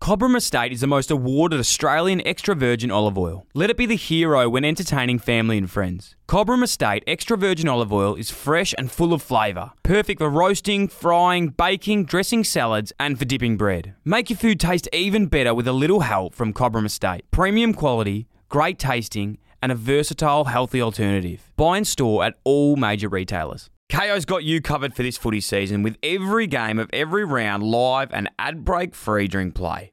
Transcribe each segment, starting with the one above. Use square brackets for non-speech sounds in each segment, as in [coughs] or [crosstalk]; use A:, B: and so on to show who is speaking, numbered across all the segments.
A: Cobram Estate is the most awarded Australian extra virgin olive oil. Let it be the hero when entertaining family and friends. Cobram Estate extra virgin olive oil is fresh and full of flavour, perfect for roasting, frying, baking, dressing salads, and for dipping bread. Make your food taste even better with a little help from Cobram Estate. Premium quality, great tasting, and a versatile, healthy alternative. Buy in store at all major retailers. KO's got you covered for this footy season with every game of every round live and ad break free during play.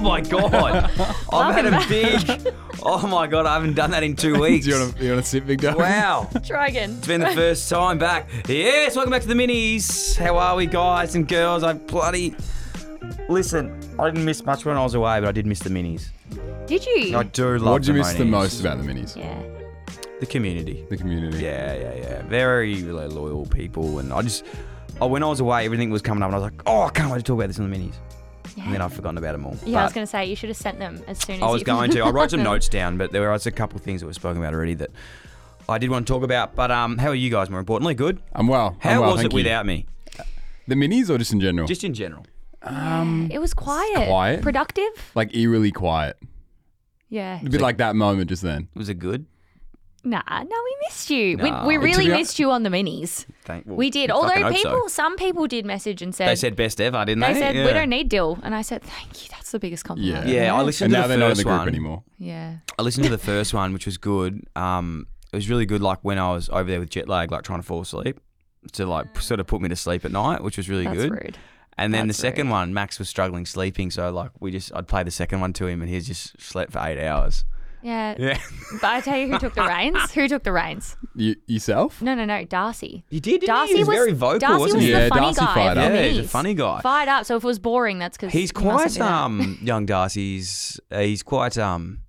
A: Oh my
B: [laughs]
A: god! I've had
C: Welcome
A: a
C: back.
A: big. Oh my god! I haven't done that in two weeks.
B: [laughs] Do you want to, you want to sit, big dog? [laughs]
A: Wow!
C: Try again.
A: It's been the first time back. Yes, welcome back to the minis. How are we, guys and girls? I bloody listen. I didn't miss much when I was away, but I did miss the minis.
C: Did you?
A: I do love.
B: What do you
A: the
B: miss the
A: minis.
B: most about the minis?
C: yeah.
A: The community.
B: The community.
A: Yeah, yeah, yeah. Very really loyal people, and I just, oh, when I was away, everything was coming up, and I was like, oh, I can't wait to talk about this in the minis. And then I've forgotten about them all.
C: Yeah, I was
A: But-
C: going to say you should have sent them as soon as
A: I was
C: you- [laughs]
A: going to. I wrote some [laughs] notes down, but there was a couple of things that were spoken about already that I did want to talk about. But um, how are you guys? More importantly, good.
B: I'm well.
A: How
B: I'm well,
A: was
B: thank
A: it
B: you.
A: without me?
B: the minis or just in general?
A: Just in general.
C: It was quiet.
B: quiet.
C: Productive.
B: like eerily quiet.
C: Yeah.
B: A bit like that moment just then.
A: Was it good?
C: Nah, no, we missed you.
A: Nah.
C: We,
A: To
C: we really
B: be hon-
C: missed you on the minis.
A: Thank, well,
C: We did.
A: I fucking
C: Although
A: hope so.
C: people, some people did message and said
A: they said best ever, didn't they?
C: they said
A: Yeah.
C: we don't need Dill, and I said thank you. That's the biggest compliment.
B: Yeah.
A: Yeah, I
B: and
A: listened
B: now
A: to the
B: they're not in
A: first
B: the group
A: one.
B: anymore.
C: Yeah.
A: I listened [laughs] to the first one, which was good. Um, it was really good. Like when I was over there with jet lag, like trying to fall asleep, to like p- sort of put me to sleep at night, which was really
C: That's
A: good.
C: rude.
A: And then
C: That's
A: the second
C: rude.
A: one, Max was struggling sleeping, so like we just I'd play the second one to him, and he just slept for eight hours.
C: Yeah.
A: [laughs] Yeah,
C: But I tell you who took
A: [laughs]
C: the reins. Who took the reins?
B: You, yourself?
C: No, no, no. Darcy.
A: you did. Didn't
C: Darcy
A: he? He was, very vocal,
C: Darcy
A: wasn't
C: was
A: he?
C: the
B: Yeah,
C: funny
B: Darcy
C: guy.
B: fired
C: of
B: up.
C: the
A: Yeah, he's a
C: minis.
A: funny guy.
C: Fired up. So if it was boring, that's because
A: He's quite um young Darcy's. Uh, he's quite um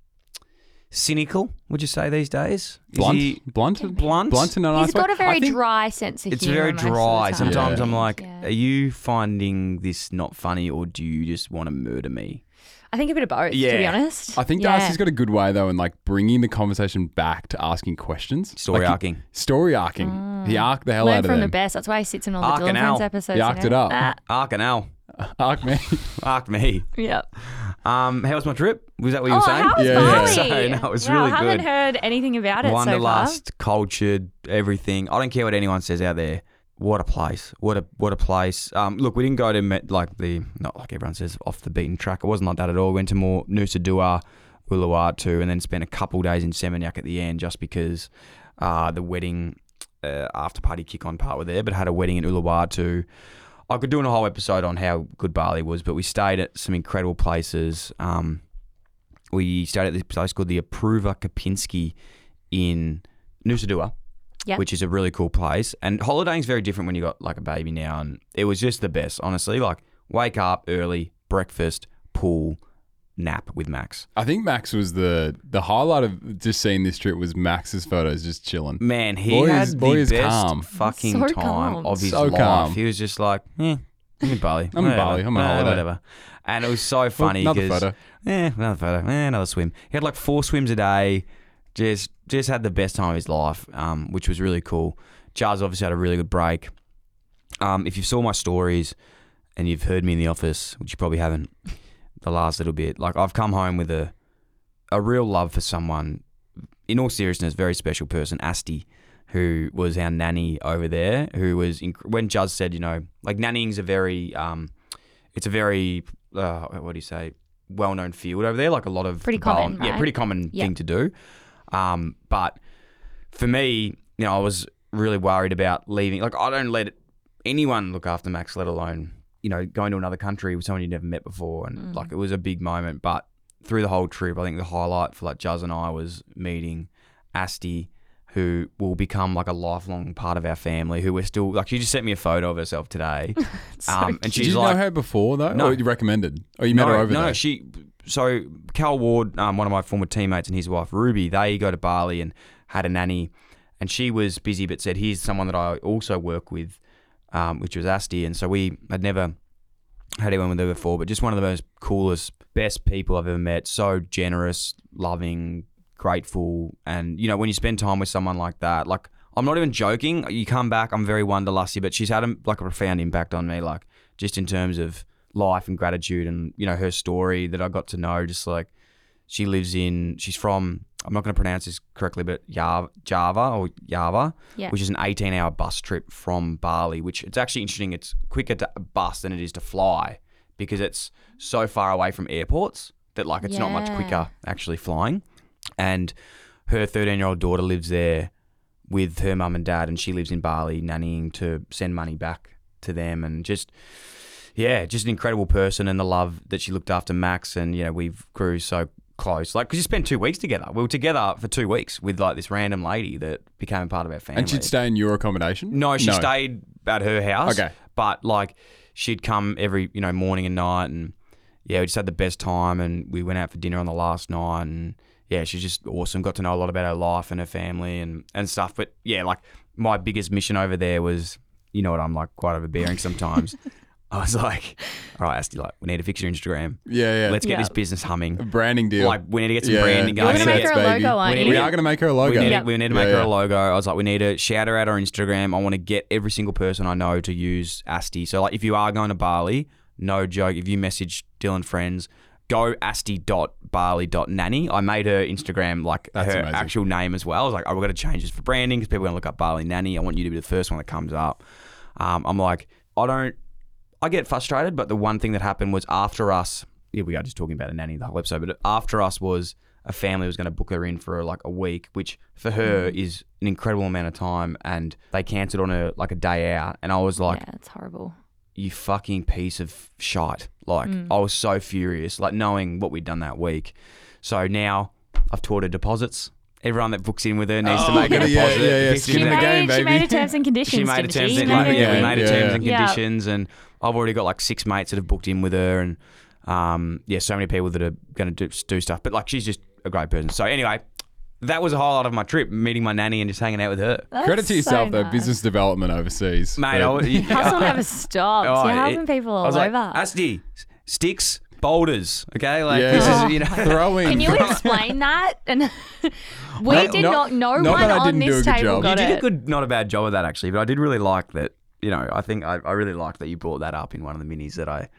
A: cynical. Would you say these days? Is
B: Blunt?
A: he
B: blunt?
A: blunt?
B: Blunt in a nice
C: He's got
B: way?
C: a very
A: I think
C: dry sense of
A: It's
C: humor.
A: very
C: most of the
A: dry.
C: time,
A: Sometimes
C: I
A: I'm
C: think.
A: like,
C: Yeah.
A: are you finding this not funny or do you just want to murder me?
C: I think a bit of both, to be
A: Yeah.
C: honest.
B: I think
C: yeah.
B: Darcy's got a good way though in like bringing the conversation back to asking questions.
A: Story
B: Like, he-
A: arcing.
B: Story arcing. He arced the hell
C: Ah. Learn
B: out of
C: from the
B: them.
C: best. That's why he sits in all the
A: Arc
C: Dylan
A: and
C: Friends
A: Al.
C: episodes.
B: He
C: you
B: arced
C: know?
B: it up.
C: Ah,
A: Arc and Al.
B: Arc me. [laughs]
A: Arc me.
C: yeah.
A: Um, how was my trip? Was that what you
C: Oh,
A: were saying?
C: how was
B: Yeah,
A: [laughs]
C: Bali?
A: So, no, it was
C: Wow,
A: really
C: I haven't
A: good.
C: heard anything about it so far.
A: Wanderlust, cultured, everything. I don't care what anyone says out there. What a place! What a what a place! Um, look, we didn't go to met, like the not like everyone says off the beaten track. It wasn't like that at all. We went to more Noosa Dua, Uluwatu, and then spent a couple days in Seminyak at the end, just because uh, the wedding uh, after party kick on part were there. But had a wedding in Uluwatu. I could do a whole episode on how good Bali was, but we stayed at some incredible places. Um, we stayed at this place called the Approver Kapinski in Noosa Dua,
C: Yep.
A: which is a really cool place. And holidaying's very different when you got like a baby now, and it was just the best, honestly. Like wake up early, breakfast, pool, nap with Max.
B: I think Max was the the highlight of just seeing this trip was Max's photos just chilling.
A: Man, he
B: Boy
A: had
B: is-
A: the
B: boy is
A: best
B: calm.
A: fucking
C: So
A: time
C: calm.
A: of his
B: So
A: life.
B: calm.
A: He was just like, eh, I'm in Bali.
B: I'm in
A: Whatever.
B: Bali. I'm on
A: Eh,
B: holiday." Oh,
A: Whatever. And it was so funny
B: another
A: because
B: photo.
A: eh, another photo, eh, another swim. He had like four swims a day. Just just had the best time of his life, um, which was really cool. Charles obviously had a really good break. Um, if you saw my stories and you've heard me in the office, which you probably haven't, the last little bit, like I've come home with a a real love for someone. In all seriousness, very special person, Asti, who was our nanny over there. Who was inc- when Juz said, you know, like nannying's a very, um, it's a very, uh, what do you say, well known field over there. Like a lot of
C: Pretty
A: the Bali-
C: common,
A: yeah,
C: right?
A: pretty common
C: Yeah.
A: thing to do. Um, but for me, you know, I was really worried about leaving. Like I don't let anyone look after Max, let alone you know going to another country with someone you'd never met before, and
B: Mm.
A: like it was a big moment. But through the whole trip, I think the highlight for like Juz and I was meeting Asti, who will become like a lifelong part of our family. Who we're still like she just sent me a photo of herself
B: [laughs]
A: today, um, and
B: Did
A: she's
B: you
A: like
B: know her before though?
A: No.
B: Or you recommended? Oh, you met
A: no,
B: her over
A: no,
B: there.
A: she. So Cal Ward, um, one of my former teammates, and his wife Ruby, they go to Bali and had a nanny, and she was busy, but said, "Here's someone that I also work with, um, which was Asti." And so we had never had anyone with her before, but just one of the most coolest, best people I've ever met. So generous, loving, grateful, and you know when you spend time with someone like that, like I'm not even joking. You come back, I'm very wanderlusty, but she's had a, like a profound impact on me, like just in terms of life and gratitude, and you know her story that I got to know. Just like she lives in, she's from. I'm not going to pronounce this correctly, but Java, Java or Java,
C: Yeah.
A: which is an 18 hour bus trip from Bali, which it's actually interesting. It's quicker to bus than it is to fly because it's so far away from airports that like it's not much
C: Yeah.
A: quicker actually flying. And her 13 year old daughter lives there with her mum and dad, and she lives in Bali, nannying to send money back to them, and just yeah, just an incredible person, and the love that she looked after Max, and you know we grew so close, like because you spent two weeks together. We were together for two weeks with like this random lady that became a part of our family.
B: and she'd stay in your accommodation.
A: No, she stayed at her house.
B: Okay.
A: But like she'd come every, you know, morning and night and yeah, we just had the best time and we went out for dinner on the last night and yeah, she's just awesome. Got to know a lot about her life and her family and, and stuff. But yeah, like my biggest mission over there was, you know what, I'm like quite overbearing
B: [laughs]
A: sometimes. I was like, all right, Asti, like, we need to fix your Instagram.
B: Yeah, yeah.
A: Let's get
C: Yeah.
A: this business humming.
B: branding deal.
A: Like, we need to get some
B: Yeah,
A: branding
B: yeah.
A: going.
C: You're gonna
A: We need to
C: make
A: get-
C: her a
B: baby.
C: logo, aren't
A: We
C: you?
A: need-
B: we are going to make her a logo.
A: we need,
C: Yeah.
A: we need to
B: Yeah,
A: make her
B: yeah.
A: a logo. I was like, we need to shout her out on Instagram. I want to get every single person I know to use Asti. So like, if you are going to Bali, no joke. If you message Dylan friends, go asti.barley.nanny. I made her Instagram like
B: That's
A: her
B: amazing.
A: actual name as well. I was like, oh, we're going to change this for branding because people are going to look up Barley Nanny. I want you to be the first one that comes up. Um, I'm like, I don't. I get frustrated, but the one thing that happened was after us, here we are just talking about a nanny the whole episode, but after us was a family was going to book her in for like a week, which for her
B: Mm.
A: is an incredible amount of time. And they cancelled on her like a day out. And I was like,
C: yeah, it's horrible.
A: you fucking piece of shite. Like,
B: Mm.
A: I was so furious, like knowing what we'd done that week. So now I've taught her deposits. Everyone that books in with her needs to
B: Oh,
A: make a
B: yeah,
A: deposit.
B: yeah, yeah.
A: Fifty
C: She
B: Skin in the
A: bucks.
C: made,
B: game,
C: she
B: baby.
C: made her terms and conditions.
A: She made a
C: didn't
A: terms
C: she?
A: and
C: Made
A: like,
C: her-
A: yeah, we
B: Yeah,
A: made a
B: yeah.
A: terms and
C: Yeah.
A: conditions, and I've already got like six mates that have booked in with her, and um, yeah, so many people that are going to do, do stuff. But like, she's just a great person. So anyway, that was a highlight of my trip, meeting my nanny and just hanging out with
C: [laughs]
A: her.
C: That's
B: Credit to yourself
C: so
B: though.
C: nice.
B: Business development overseas.
A: Mate, I
B: But-
A: was,
C: Hustle never stops.
A: [laughs] Oh,
C: You're
A: it-
C: helping people
A: I
C: all
A: was like,
C: over.
A: Asti, sticks, boulders. Okay, like
B: Yeah.
A: this
C: Oh
A: is you know. [laughs]
C: my
B: throw in. [laughs]
C: Can you explain that? And we
A: No,
C: did
A: no-
C: not. No
B: not
C: one
B: that I
C: on
B: didn't do
C: this
B: a good
C: table
B: job.
A: You
C: got
A: did a
C: it.
A: good, not a bad job of that actually, but I did really like that. You know, I think I, I really liked that you brought that up in one of the minis that I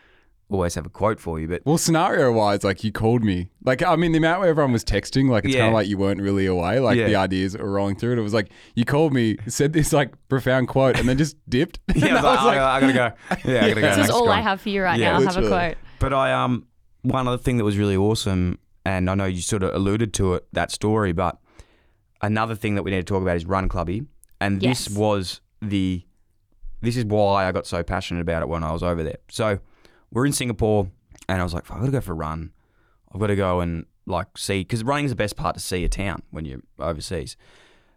A: always have a quote for you. But
B: Well, scenario wise, like you called me. Like, I mean, the amount where everyone was texting, like, it's
A: Yeah.
B: kind of like you weren't really away. Like,
A: Yeah.
B: the ideas were rolling through. And it was like, you called me, said this, like, profound quote, and then just dipped. [laughs]
A: yeah, I was like, I, gotta go. Yeah, I gotta go. [laughs]
C: This is
A: Thanks,
C: all I
A: Scott.
C: have for you right
A: Yeah,
C: now. I have a
B: literally.
C: quote.
A: But I um one other thing that was really awesome, and I know you sort of alluded to it that story, but another thing that we need to talk about is Run Clubby, and
C: Yes.
A: this was the this is why I got so passionate about it when I was over there. So we're in Singapore, and I was like, "Fuck, I've got to go for a run. I've got to go and like see because running is the best part to see a town when you're overseas.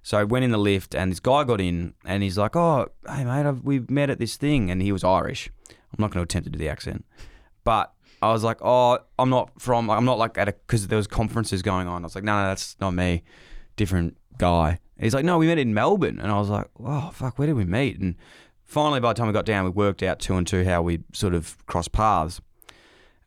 A: So I went in the lift and this guy got in and he's like, "Oh, hey mate, I've, we've met at this thing," and he was Irish. I'm not going to attempt to do the accent, but I was like, "Oh, I'm not from. I'm not like at a because there was conferences going on." I was like, "No, no, that's not me. Different guy." And he's like, "No, we met in Melbourne," and I was like, "Oh fuck, where did we meet?" And finally, by the time we got down, we worked out two and two how we sort of crossed paths.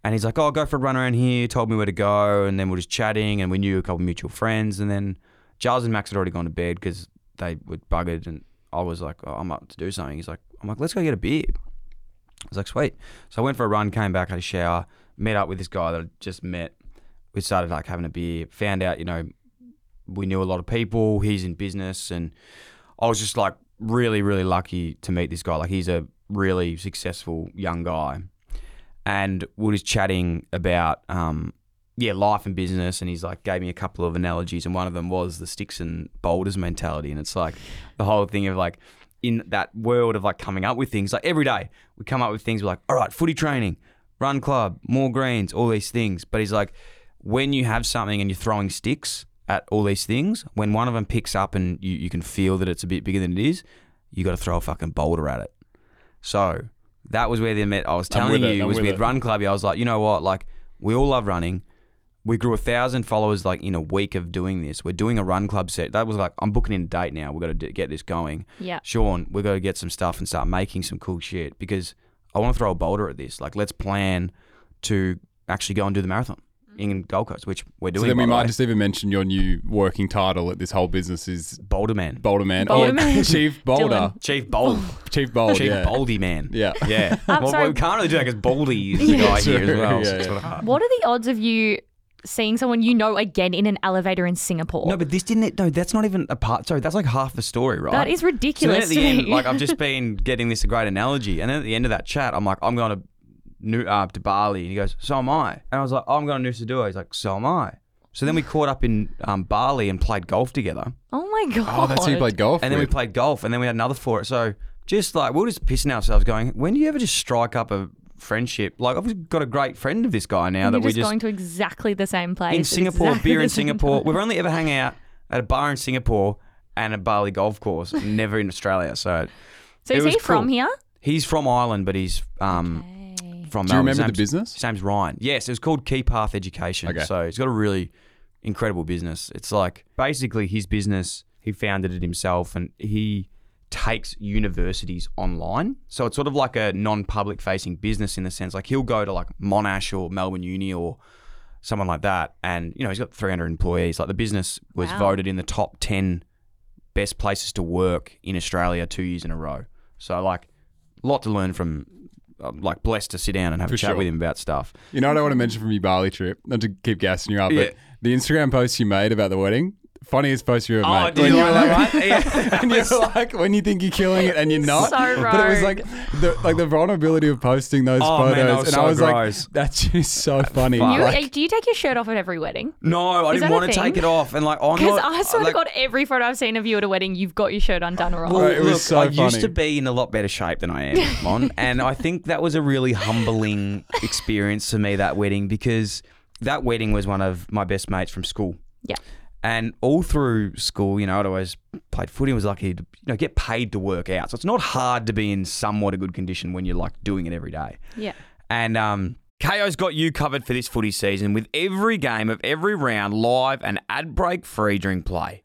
A: And he's like, "Oh, go for a run around here." Told me where to go, and then we're just chatting, and we knew a couple mutual friends, and then Giles and Max had already gone to bed because they were buggered, and I was like, oh, "I'm up to do something." He's like, "I'm like, let's go get a beer." I was like, "Sweet." So I went for a run, came back, had a shower, met up with this guy that I just met. We started like having a beer, found out, you know, we knew a lot of people. He's in business, and I was just like really, really lucky to meet this guy. Like he's a really successful young guy, and we we're just chatting about um, yeah, life and business. And he's like gave me a couple of analogies, and one of them was the sticks and boulders mentality, and it's like the whole thing of like. in that world of like coming up with things. Like every day we come up with things. We're like, all right, footy training, run club, more greens, all these things. But he's like, when you have something and you're throwing sticks at all these things, when one of them picks up and you, you can feel that it's a bit bigger than it is, you got to throw a fucking boulder at it. So that was where they met. I was
B: I'm
A: telling
B: with
A: you,
B: it,
A: it
B: I'm
A: was
B: with
A: with
B: it.
A: Run Club. I was like, you know what? Like, we all love running. We grew a thousand followers like in a week of doing this. We're doing a Run Club set. That was like, I'm booking in a date now. We've got to d- get this going.
C: Yeah.
A: Sean, we've got to get some stuff and start making some cool shit because I want to throw a boulder at this. Like, let's plan to actually go and do the marathon
C: Mm-hmm.
A: in Gold Coast, which we're doing.
B: So then we
A: by the
B: might
A: way.
B: just even mention your new working title at this whole business is
A: Boulder Man.
B: Boulder Man.
C: Boulder
B: Oh, [laughs]
C: Man.
B: Chief Boulder.
A: Chief Bold.
B: Chief Bold.
A: Chief
B: yeah.
A: Boldy Man.
B: Yeah.
A: [laughs]
B: [laughs]
A: Yeah.
C: Oh. I'm
A: well,
C: sorry.
A: we can't really do that because Baldy is the guy here as
B: True,
A: well.
B: yeah,
A: so it's
B: yeah.
A: sort of hard.
C: What are the odds of you seeing someone you know again in an elevator in Singapore?
A: No, but this didn't. No, that's not even a part. Sorry, that's like half the story, right?
C: that is
A: So then
C: ridiculous.
A: at the
C: to
A: end,
C: me.
A: like I've just been getting this a great analogy, and then at the end of that chat, I'm like, I'm going to New uh, to Bali, and he goes, so am I, and I was like, oh, I'm going to Nusa Dua. He's like, so am I. So then
C: [sighs]
A: we caught up in um, Bali and played golf together,
C: [laughs] oh my god.
B: Oh, that's who you played golf
A: and then we
B: with.
A: played golf, and then we had another for it. So just like we we're just pissing ourselves, going, when do you ever just strike up a friendship? Like I've got a great friend of this guy now
C: And
A: that
C: you're
A: we
C: just going to exactly the same place.
A: in
C: at
A: Singapore,
C: exactly [laughs]
A: beer in
C: the same
A: Singapore.
C: time.
A: We've only ever hung out at a bar in Singapore and a Bali golf course, never in Australia. So
C: So
A: it
C: is he
A: was
C: from
A: cool.
C: here?
A: he's from Ireland, but he's um, from.
B: Do you
A: Melbourne.
B: remember
A: His
B: the
A: name's-
B: business?
A: His name's Ryan. Yes, it was called Key Path Education.
B: Okay.
A: So he's got a really incredible business. It's like basically his business. He founded it himself, and he takes universities online. So it's sort of like a non-public facing business in the sense like he'll go to like Monash or Melbourne Uni or someone like that. And, you know, he's got 300 employees. Like the business was
C: Wow.
A: voted in the top 10 best places to work in Australia two years in a row. So, like, a lot to learn from. I'm like, blessed to sit down and have
B: For
A: a chat
B: sure.
A: with him about stuff.
B: You know what I want to mention from your Bali trip? Not to keep gassing you up,
A: Yeah.
B: but the Instagram post you made about the wedding, funniest post you ever made.
A: do
B: When
A: Oh, you
B: Oh, you
A: like
B: were
A: that, right? Yeah.
B: and you're like, [laughs] when you think you're killing it and you're not.
C: [laughs] So
B: But it was
C: rogue.
B: like the like the vulnerability of posting those
A: Oh, man,
B: photos,
A: that was
B: and
A: so
B: I was
A: gross.
B: like, that's just so funny.
A: fuck.
C: You, uh,
B: Like,
C: do you take your shirt off at every wedding?
A: [laughs] No, I didn't
C: Is that a
A: want to
C: thing?
A: take it off. And, like, I'm
C: Because
A: not- uh,
C: I swear
A: like,
C: to God, every photo I've seen of you at a wedding, you've got your shirt undone or off.
A: Well,
B: Right, it was
A: look,
B: so
A: I used
B: funny.
A: to be in a lot better shape than I
C: [laughs]
A: am, Mon, and I think that was a really humbling experience for me that wedding because that wedding was one of my best mates from school.
C: Yeah.
A: And all through school, you know, I'd always played footy. and Was lucky to, you know, get paid to work out, so it's not hard to be in somewhat a good condition when you're like doing it every day.
C: yeah.
A: And um, KO's got you covered for this footy season with every game of every round live and ad break free during play.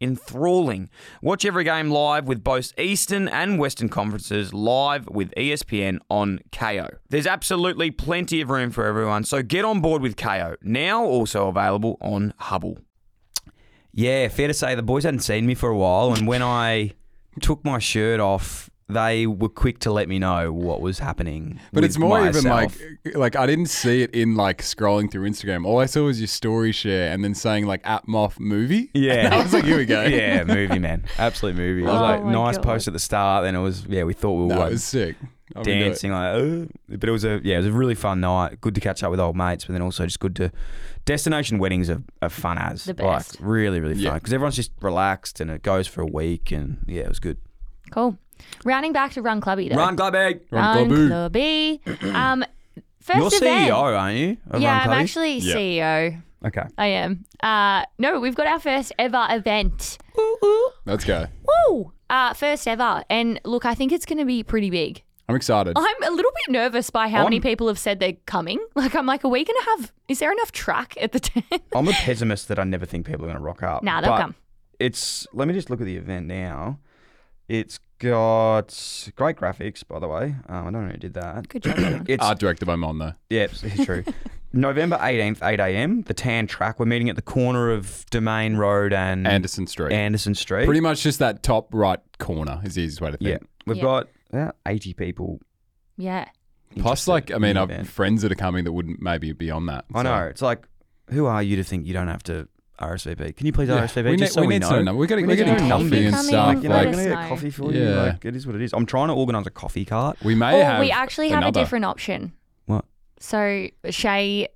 A: enthralling. Watch every game live with both Eastern and Western conferences live with E ESPN on KO. There's absolutely plenty of room for everyone, so get on board with KO, now also available on Hubble. Yeah, fair to say the boys hadn't seen me for a while, and when I took my shirt off, they were quick to let me know what was happening.
B: But it's
A: with
B: more even
A: myself.
B: like e, like I didn't see it in like scrolling through Instagram. All I saw was your story share and then saying like at Moff movie. [laughs]
A: Yeah.
B: And I was like, here we
A: [laughs]
B: go.
A: yeah, movie man, absolute movie. It was
C: Oh
A: like
C: my
A: nice
C: God.
A: post at the start, then it was yeah, we thought we were
B: No,
A: like,
B: it was sick. I'm into it.
A: dancing like, "Ugh." but it was a yeah, it was a really fun night. Good to catch up with old mates, but then also just good to destination weddings are, are fun as
C: The best.
A: like really really
B: Yeah.
A: fun because everyone's just relaxed and it goes for a week and yeah, it was good.
C: Cool. Rounding back to Run Clubby though.
A: Run Clubby,
B: Run Clubby.
C: Clubby.
A: [clears throat]
C: um, 1st
A: you're
C: event.
A: CEO, aren't you? of
C: Yeah,
A: Run
C: I'm
A: Clubby?
C: actually E
B: Yeah.
C: CEO.
A: okay.
C: I am. Uh, no, we've got our first ever event.
B: Let's go.
C: Woo! Uh, first ever. And look, I think it's going to be pretty big.
B: I'm excited.
A: Oh,
C: I'm a little bit nervous by how many
A: I'm-
C: people have said they're coming. [laughs] Like, I'm like, are we going to have, is there enough track at the [laughs] tent?
A: I'm a pessimist that I never think people are going to rock up.
C: Nah, they'll
A: but
C: come.
A: It's let me just look at the event now. It's got great graphics, by the way. Um, I don't know who did that.
C: Good [coughs] job.
A: [coughs]
C: everyone.
A: It's
B: Art director by Mon though.
A: Yep, it's
C: [laughs]
A: true. November 18th, 8 a.m., the Tan Track. We're meeting at the corner of Domain Road Mm. and
B: Anderson Street.
A: Anderson Street.
B: Pretty much just that top right corner is the easiest way to think.
A: yeah. We've
C: Yeah.
A: got about 80 people
C: Yeah.
B: Plus, like, I mean,
A: in the
B: I've
A: event.
B: friends that are coming that wouldn't maybe be on that.
A: I
B: so-
A: know. It's like, who are you to think you don't have to RSVP? Can you please
B: Yeah.
A: RSVP?
B: We,
A: just
B: need,
A: so
B: we
A: we,
B: need
A: know.
B: to know. We're getting,
A: We need
B: we're
A: to
B: getting
A: know.
B: coffee
A: Keep
B: and
C: coming,
B: stuff.
A: Like, you know,
C: let
A: we're
B: Like,
C: us
A: gonna get
C: know.
A: coffee for you.
B: Yeah.
A: Like, it is what it is. I'm trying to organise a coffee cart.
B: we may
C: or
B: have.
C: we actually have
B: another.
C: a different option.
A: What?
C: So Shay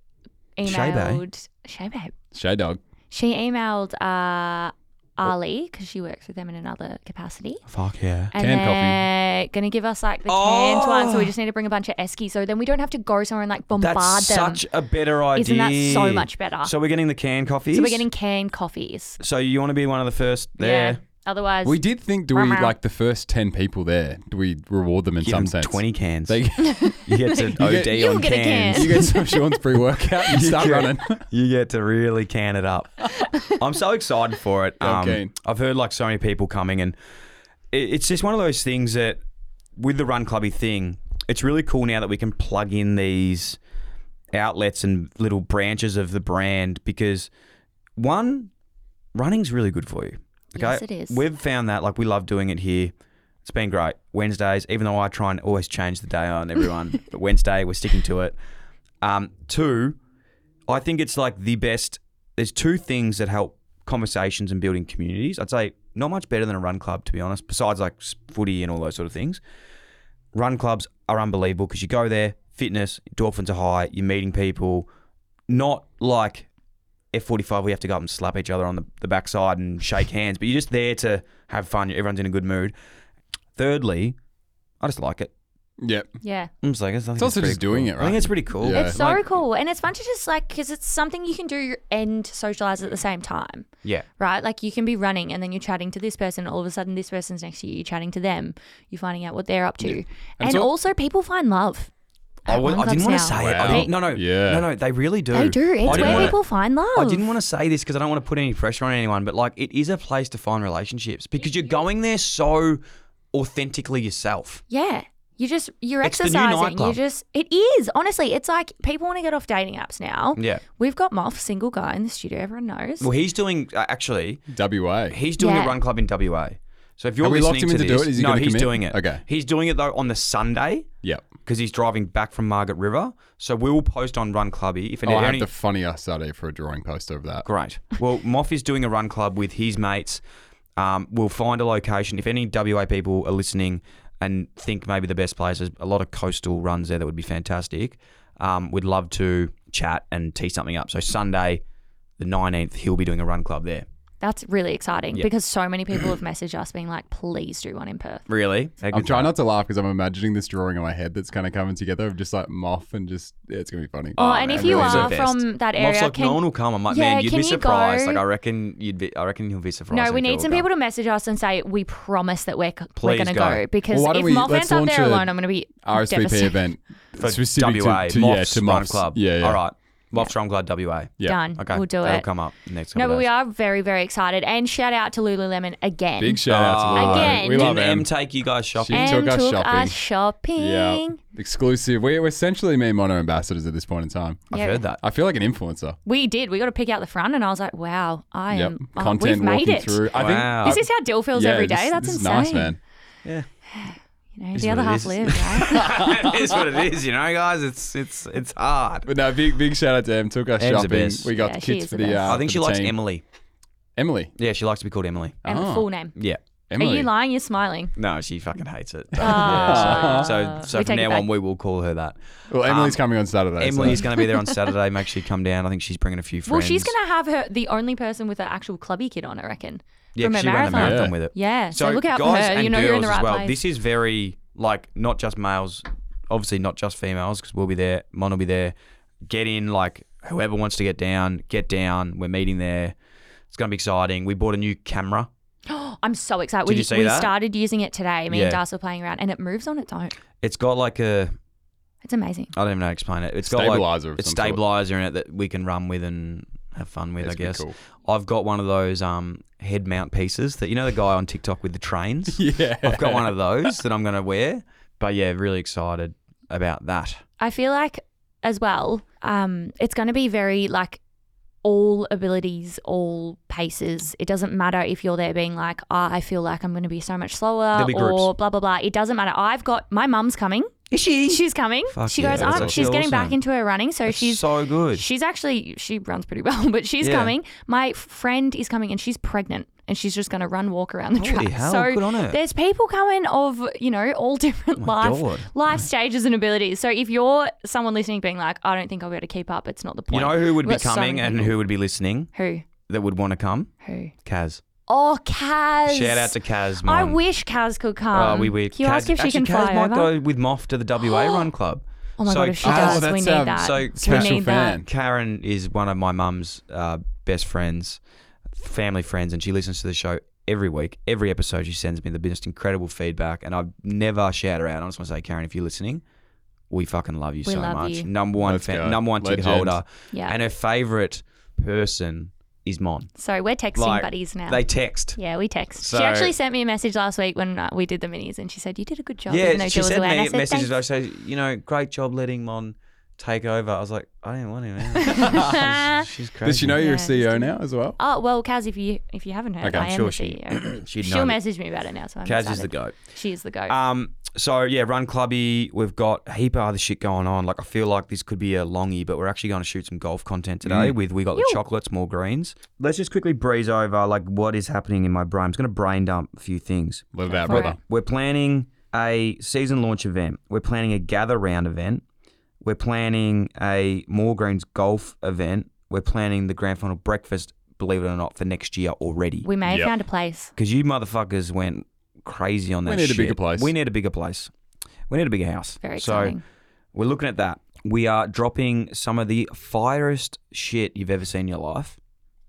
C: emailed Shay babe.
B: Shay Dog.
C: She emailed uh, Ali because she works with them in another capacity.
A: Fuck yeah.
C: And
B: Canned coffee.
C: they're going to give us like the canned one. So
A: Oh.
C: we just need to bring a bunch of Eskies. So then we don't have to go somewhere and like bombard
A: That's
C: them.
A: such a better
C: Isn't
A: idea.
C: that so much better?
A: So we're getting the canned coffees.
C: So we're getting canned coffees.
A: So you want to be one of the first
C: Yeah.
A: there?
C: Otherwise,
B: We did think, do we,
C: Wow.
B: like, the first 10 people there, do we reward them in
A: Give
B: some
A: them
B: sense?
A: Twenty cans.
B: [laughs] They,
A: you get
B: [laughs]
A: to OD
C: You
A: on
C: get a can.
A: cans.
B: you get some Sean's pre workout
A: [laughs]
B: and you start
A: get-
B: running. [laughs]
A: You get to really can it
C: [laughs]
A: up. I'm so excited for it.
B: Yeah, I'm
A: Um,
B: keen.
A: I've heard like so many people coming, and it, it's just one of those things that with the run clubby thing, it's really cool now that we can plug in these outlets and little branches of the brand because one, running's really good for you.
C: Yes, it is.
A: We've found that like we love doing it here. It's been great. Wednesdays, even though I try and always change the day on
C: [laughs]
A: everyone, but Wednesday we're sticking to it. Um, two, I think it's like the best. There's two things that help conversations and building communities. I'd say not much better than a run club, to be honest. Besides like s- footy and all those sort of things, run clubs are unbelievable because you go there, fitness, dolphins are high, you're meeting people. Not like F45, we have to go up and slap each other on the, the backside and shake hands, but you're just there to have fun. Everyone's in a good mood. Thirdly, I just like it.
B: Yep.
C: yeah.
A: I'm just like, I think
B: It's also
A: pretty
B: just doing
A: cool.
B: it,
A: I
B: right?
A: think it's pretty cool.
B: Yeah.
C: It's so
A: Like-
C: cool. And it's fun to just like, because it's something you can do and socialize at the same time,
A: yeah.
C: right? Like you can be running and then you're chatting to this person. All of a sudden, this person's next to you. You're chatting to them. You're finding out what they're up to. And,
B: it's all-
C: also, people find love.
A: I,
C: at
A: wa-
C: run
A: I didn't
C: clubs
A: want to
C: now.
A: say it.
B: Wow.
A: I didn't, no, no,
B: Yeah.
A: no, no. They really do.
C: They do.
A: I
C: It's
A: didn't
C: where
A: wanna-
C: people find love.
A: I didn't want to say this because I don't want to put any pressure on anyone, but like it is a place to find relationships because you're going there so authentically yourself.
C: Yeah. You just you're
A: It's the new
C: exercising. You
A: nightclub.
C: just it is honestly. It's like people want to get off dating apps now.
A: Yeah.
C: We've got Moff, single guy in the studio. Everyone knows.
A: Well, he's doing uh, actually.
B: WA.
A: He's doing
C: Yeah.
A: the run club in WA. So if you're
B: Have we locked
A: listening
B: him
A: to
B: in to do
A: this,
B: it? Is he
A: no,
B: gonna
A: he's
B: commit?
A: doing it.
B: Okay.
A: He's doing it though on the Sunday
B: Yep.
A: because he's driving back from Margaret River. So we will post on Run Clubby if it
B: Oh, I
A: any,
B: have the funniest idea for a drawing poster of that.
A: Great. Well, Moff is doing a run club with his mates. Um, we'll find a location. If any WA people are listening and think maybe the best place, there's a lot of coastal runs there that would be fantastic. Um, we'd love to chat and tee something up. So Sunday, the 19th, he'll be doing a run club there.
C: That's really exciting
A: Yeah.
C: because so many people
A: [clears throat]
C: have messaged us being like, please do one in Perth.
A: Really?
B: I'm trying not to laugh because I'm imagining this drawing in my head that's kind of coming together of just like moth and just yeah, it's gonna be funny.
C: Oh,
A: Oh,
C: and
A: man,
C: if you
A: really is the
C: are
A: best.
C: from that
A: Moff's
C: area,
A: like,
C: can,
A: no one will come. I'm like,
C: Yeah,
A: man, you'd
C: can
A: be
C: you
A: surprised.
C: go?
A: Like, I reckon you'd be. I reckon he'll be surprised.
C: no,
A: if
C: we
A: they'll
C: need some
A: go.
C: people to message us and say we promise that we're we're
A: Please
C: gonna
A: go.
C: go, because
B: Well, why
C: if
B: don't we-
C: Moff
B: let's
C: ends up
B: launch
C: there
B: a
C: alone, I'm gonna be
B: RSVP
C: devastated.
B: event
A: [laughs] for
B: specific
A: WA.
B: to, to yeah
A: Moff's
B: to
A: run
B: moths.
A: club.
B: Yeah, yeah.
A: All right. Moff's run club WA.
B: Yeah.
C: Done.
A: Okay.
C: We'll do
A: That'll
C: it.
A: come up next.
C: No,
A: couple
C: but we
A: days.
C: are very very excited. And shout out to Lululemon again.
B: Big shout out to Lulu.
C: Again.
B: We love
A: Didn't
B: them.
A: M take you guys shopping?
B: She
C: and
B: took us shopping.
C: us shopping.
B: Yeah. Exclusive. We, we're essentially me and Mono ambassadors at this point in time.
A: I've
C: Yeah.
A: heard [laughs] that.
B: I feel like an influencer.
C: We did. We got to pick out the front, and I was like, wow, I
B: Yep.
C: am. oh,
B: Content
C: we've made
B: walking
C: it.
B: through. I
A: Wow.
C: Is this how Dill feels
B: yeah,
C: every day?
B: this-
C: That's
B: this is
C: insane.
B: nice, man.
A: Yeah,
C: You know,
A: Is
C: the
A: what
C: other
A: it
C: half
A: is.
C: lives, right?
A: it is what it is. You know, guys, it's it's it's hard.
B: But no, big big shout out to Em. Took us
A: Em's the
B: shopping.
A: best.
B: We got
C: Yeah,
B: the
C: she
B: kids
C: is
B: for
C: the
B: the.
C: best.
B: Uh,
A: I think
B: for
A: she
B: the
A: likes
B: team.
A: Emily.
B: Emily.
A: Yeah, she likes to be called Emily.
C: and the
B: Oh.
C: full name.
A: Yeah.
B: Emily.
C: Are you lying? You're smiling.
A: No, she fucking hates it. Yeah,
C: Ah.
A: so so, so
C: We
A: from
C: take it
A: now
C: back.
A: on, we will call her that.
B: Well, Emily's
A: Um,
B: coming on Saturday.
A: Emily's
B: so.
A: going to be there on Saturday. Make sure you come down. I think she's bringing a few friends.
C: Well, she's going to have her the only person with an actual clubby kid on, I reckon.
A: yeah,
C: from
A: 'cause
C: her
A: she ran the
C: marathon.
A: marathon
B: Yeah.
A: with it.
C: Yeah. So, look out for
A: guys
C: her.
A: and
C: You know
A: girls
C: you're in the
A: as
C: right
A: well.
C: place.
A: This is very like not just males, obviously not just females because we'll be there. Mon will be there. Get in like whoever wants to get down, get down. We're meeting there. It's gonna be exciting. We bought a new camera.
C: I'm so excited.
A: Did
C: we
A: you see
C: we
A: that?
C: started using it today. Me
A: Yeah.
C: and Das were playing around, and it moves on its own.
A: It's got like a
C: It's amazing.
A: I don't even know how to explain it. It's got
B: Stabilizer
A: like a
B: of some sort.
A: stabilizer in it that we can run with and have fun with.
B: It's
A: I
B: pretty
A: guess
B: cool. [laughs]
A: I've got one of those um, head mount pieces that you know the guy on TikTok with the trains.
B: [laughs] Yeah.
A: I've got one of those that I'm gonna wear. But yeah, really excited about that.
C: I feel like as well, um, it's going to be very like all abilities, all paces. It doesn't matter if you're there being "Oh, like, ah, I feel like I'm going to be so much slower
A: There'll be
C: or
A: groups.
C: blah blah blah. It doesn't matter. I've got my mum's coming. [laughs]
D: Is she?
C: She's coming.
A: Fuck
C: she
A: yeah,
C: goes
A: that's
C: up. She's
A: actually
C: getting back
A: awesome.
C: into her running. So
A: That's
C: she's
A: so good.
C: she's actually she runs pretty well, [laughs] but she's
A: Yeah.
C: coming. My friend is coming, and she's pregnant, and she's just going to run walk around the
A: Holy
C: track.
A: hell,
C: so
A: good on her. Oh
C: there's people coming of you know all [laughs] different
A: my
C: life
A: God.
C: life stages and abilities. So if you're someone listening, being like, I don't think I'll be able to keep up. It's not the
A: You
C: point.
A: know who would be
C: We've got so
A: coming
C: many
A: and
C: people.
A: who would be listening
C: who
A: that would want to come?
C: who?
A: Kaz.
C: Oh, Kaz.
A: Shout out to Kaz.
C: I
A: Mon.
C: wish Kaz could
A: Oh,
C: come.
A: we weird.
C: Can you
A: Kaz,
C: ask if she
A: actually,
C: can
A: Kaz
C: fly
A: might
C: over?
A: go with Moff to the WA Run Club.
C: oh my
A: so
C: god, if she
A: Kaz-
C: does,
B: Oh,
C: we
B: that's,
C: need
B: um,
C: that.
A: so
C: we
B: special
C: need that.
B: fan.
A: Karen is one of my mum's uh, best friends, family friends, and she listens to the show every week, every episode. She sends me the most incredible feedback, and I've never shout her out. I just want to say, Karen, if you're listening, we fucking love you
C: We
A: so
C: love
A: much.
C: you.
A: Number one
B: Let's go.
A: fan, number one ticket
B: Legend.
A: holder,
C: Yeah.
A: and her favorite person is Mon.
C: so we're texting
A: Like,
C: buddies now.
A: They text.
C: Yeah, we text.
A: So-
C: she actually sent me a message last week when uh, we did the minis, and she said you did a good job.
A: Yeah,
C: even though
A: she
C: was
A: sent
C: away. And I
A: me
C: said,
A: messages. I
C: "Thanks."
A: said, you know, great job letting Mon take over. I was like, I didn't want him.
C: [laughs]
A: out. she's, she's crazy.
B: Does she know you're a
C: Yeah, just-
B: CEO now as well?
C: Oh well, Kaz, if you if you haven't heard,
A: Okay,
C: I
A: I'm
C: am
A: sure
C: the
A: she- [clears throat]
C: CEO.
A: She'd know
C: She'll
A: that-
C: message me about it now, so I'm
A: Kaz is
C: excited.
A: the goat.
C: She is the goat.
A: Um, so yeah, Run Clubby, we've got a heap of other shit going on. Like I feel like this could be a longie, but we're actually going to shoot some golf content today.
B: Mm.
A: With we got the
C: Yo.
A: chocolates, more greens. Let's just quickly breeze over like what is happening in my brain. I'm just going to brain dump a few things.
B: Love
C: that,
B: that,
C: Right.
B: brother.
C: brother.
A: We're planning a season launch event. We're planning a gather round event. We're planning a more greens golf event. We're planning the grand final breakfast. Believe it or not, for next year already.
C: we may have
B: Yep.
C: found a place.
A: Because you motherfuckers went crazy on that
B: We need a
A: shit.
B: bigger place.
A: We need a bigger place. We need a bigger house.
C: Very
A: So
C: exciting.
A: we're looking at that. We are dropping some of the firest shit you've ever seen in your life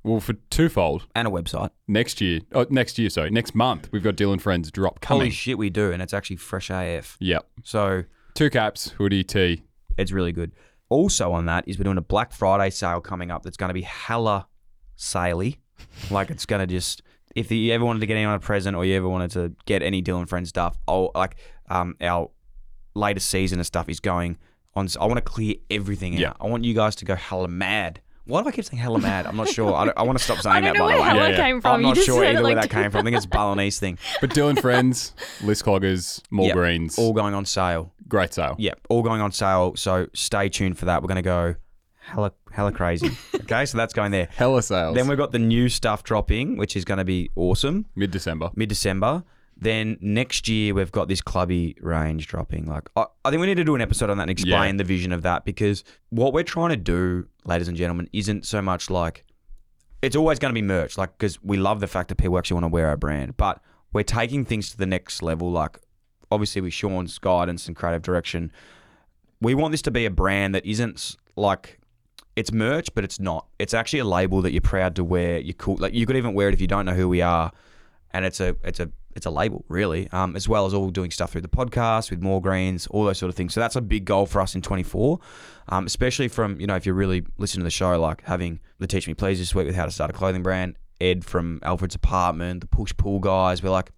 B: Well, for twofold.
A: and a website.
B: Next year, oh, next year, sorry, next month, we've got Dylan Friends drop
A: Holy
B: coming.
A: shit, we do. And it's actually fresh AF.
B: yep.
A: So
B: Two caps, hoodie, tee.
A: it's really good. Also, on that is we're doing a Black Friday sale coming up that's going to be hella saley. Like it's going to just if you ever wanted to get anyone a present or you ever wanted to get any Dylan friend stuff, oh like um our latest season of stuff is going on. I want to clear everything
B: Yeah.
A: out. I want you guys to go hella mad. Why do I keep saying hella mad? I'm not sure. I, don't, I want to stop saying
C: [laughs] I don't
A: that.
C: know
A: by
C: where
A: the way,
C: hella
B: Yeah, yeah.
C: came from.
A: I'm
C: you
A: not
C: just
A: sure
C: said
A: either
C: it
A: where that
C: like
A: came from. I think it's a Balinese thing.
B: But
A: [laughs]
B: Dylan Friends, list cloggers, more
A: Yep.
B: greens,
A: All going on sale.
B: great sale.
A: Yeah, all going on sale. So stay tuned for that. We're going to go hella hella crazy. okay, so that's going there.
B: Hella sales.
A: Then we've got the new stuff dropping, which is going to be awesome,
B: Mid December.
A: mid December. Then next year we've got this clubby range dropping. Like I, I think we need to do an episode on that and explain the vision of that because what we're trying to do, ladies and gentlemen, isn't so much like it's always going to be merch, like because we love the fact that people actually want to wear our brand, but we're taking things to the next level. Like obviously with Sean's guidance and creative direction, we want this to be a brand that isn't s- like it's merch, but it's not. It's actually a label that you're proud to wear. You're cool. Like you could even wear it if you don't know who we are, and it's a it's a it's a label really. Um, as well as all doing stuff through the podcast with more greens, all those sort of things. So that's a big goal for us in 24, um, especially from you know if you're really listening to the show, like having the Teach Me Please this week with how to start a clothing brand. Ed from Alfred's apartment, the push pull guys. We're like,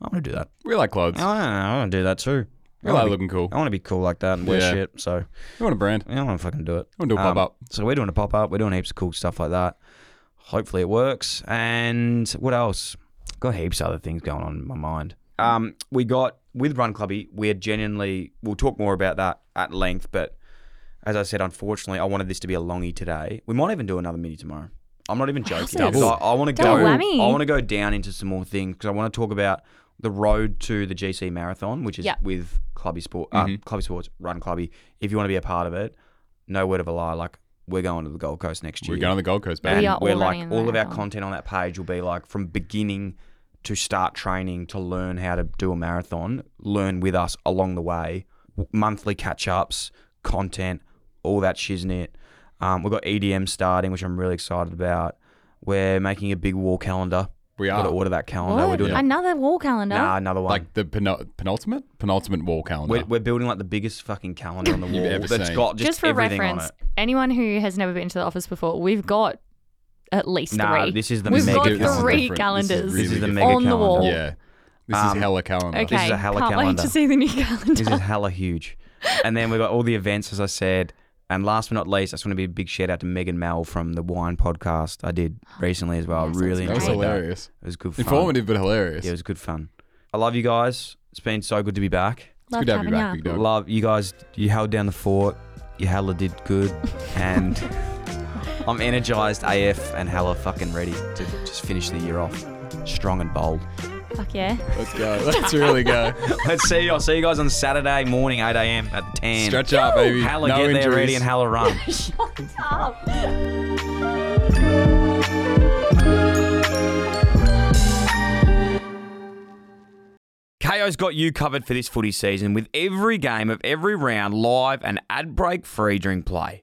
A: I want to do that.
B: We like clothes.
A: I want to do that too.
B: we like looking cool.
A: I want to be cool like that and wear
B: Yeah.
A: shit. So
B: We want a brand.
A: I don't want to fucking do it.
B: We want to do a
A: Um,
B: pop up.
A: So we're doing a pop up. We're doing heaps of cool stuff like that. Hopefully it works. And what else? Got heaps of other things going on in my mind. Um, we got with Run Clubby. We're genuinely. We'll talk more about that at length. But as I said, unfortunately, I wanted this to be a longie today. We might even do another mini tomorrow. I'm not even joking.
C: Double.
A: because I, I want to go.
C: Double whammy.
A: I want to go down into some more things because I want to talk about the road to the GC Marathon, which is
C: Yep.
A: with Clubby Sport, uh,
B: Mm-hmm.
A: Clubby Sports Run Clubby. If you want to be a part of it, no word of a lie. Like we're going to the Gold Coast next year.
B: We're going to the Gold Coast,
A: and
B: baby.
C: We are all
A: we're
C: running
A: like
C: the
A: all of our
C: marathon.
A: content on that page will be like from beginning to start training to learn how to do a marathon, learn with us along the way, w- monthly catch ups, content, all that shiznit. Um, we've got EDM starting, which I'm really excited about. We're making a big wall calendar.
B: We
A: Got to
B: are.
A: order that calendar. We're
C: What?
A: doing a-
C: Another wall calendar.
A: nah, another one.
B: Like the penul- penultimate? Penultimate wall calendar.
A: we're, we're building like the biggest fucking calendar
B: [laughs]
A: on the wall
B: ever
A: that's
B: seen.
A: got just,
C: just, for
A: everything
C: reference,
A: on it.
C: anyone who has never been to the office before, we've got at least
A: Nah,
C: three.
A: this is the
C: We've
A: mega
C: got
B: This is
A: calendar.
C: three
B: different.
C: calendars.
B: This is,
A: This is
B: really
A: the
B: different.
A: mega
C: On the
A: calendar.
C: wall. mega-
B: Yeah. This
A: Um,
B: is hella calendar.
C: okay,
A: This is a hella
C: can't wait
A: calendar.
C: to see the new [laughs] calendar.
A: This
B: [laughs]
A: is hella huge. And then we've got all the events, as I said. And last but not least, I just want to be a big shout out to Megan Mel from the Wine podcast I did recently as well. I
C: Yes,
A: really
C: that's
B: That was
A: enjoyed that.
B: hilarious.
A: It was good fun.
B: Informative, but hilarious.
A: Yeah, it was good fun. I love you guys. It's been so good to be back.
C: Loved
B: good to have you
C: having
B: back,
C: ya.
B: big dog.
A: Love you guys. You held down the fort. You hella did
B: [laughs]
A: good, and I'm energized AF and hella fucking ready to just finish the year off strong and bold.
C: Fuck yeah.
B: Let's go. [laughs] Let's really go.
A: Let's see. I'll see you guys on Saturday morning, 8 a.m. at the tan.
B: Stretch out, baby.
A: Hella
B: no
A: get
B: injuries.
A: there ready and hella run.
B: [laughs]
C: Shut up.
A: KO's got you covered for this footy season with every game of every round live and ad break free during play.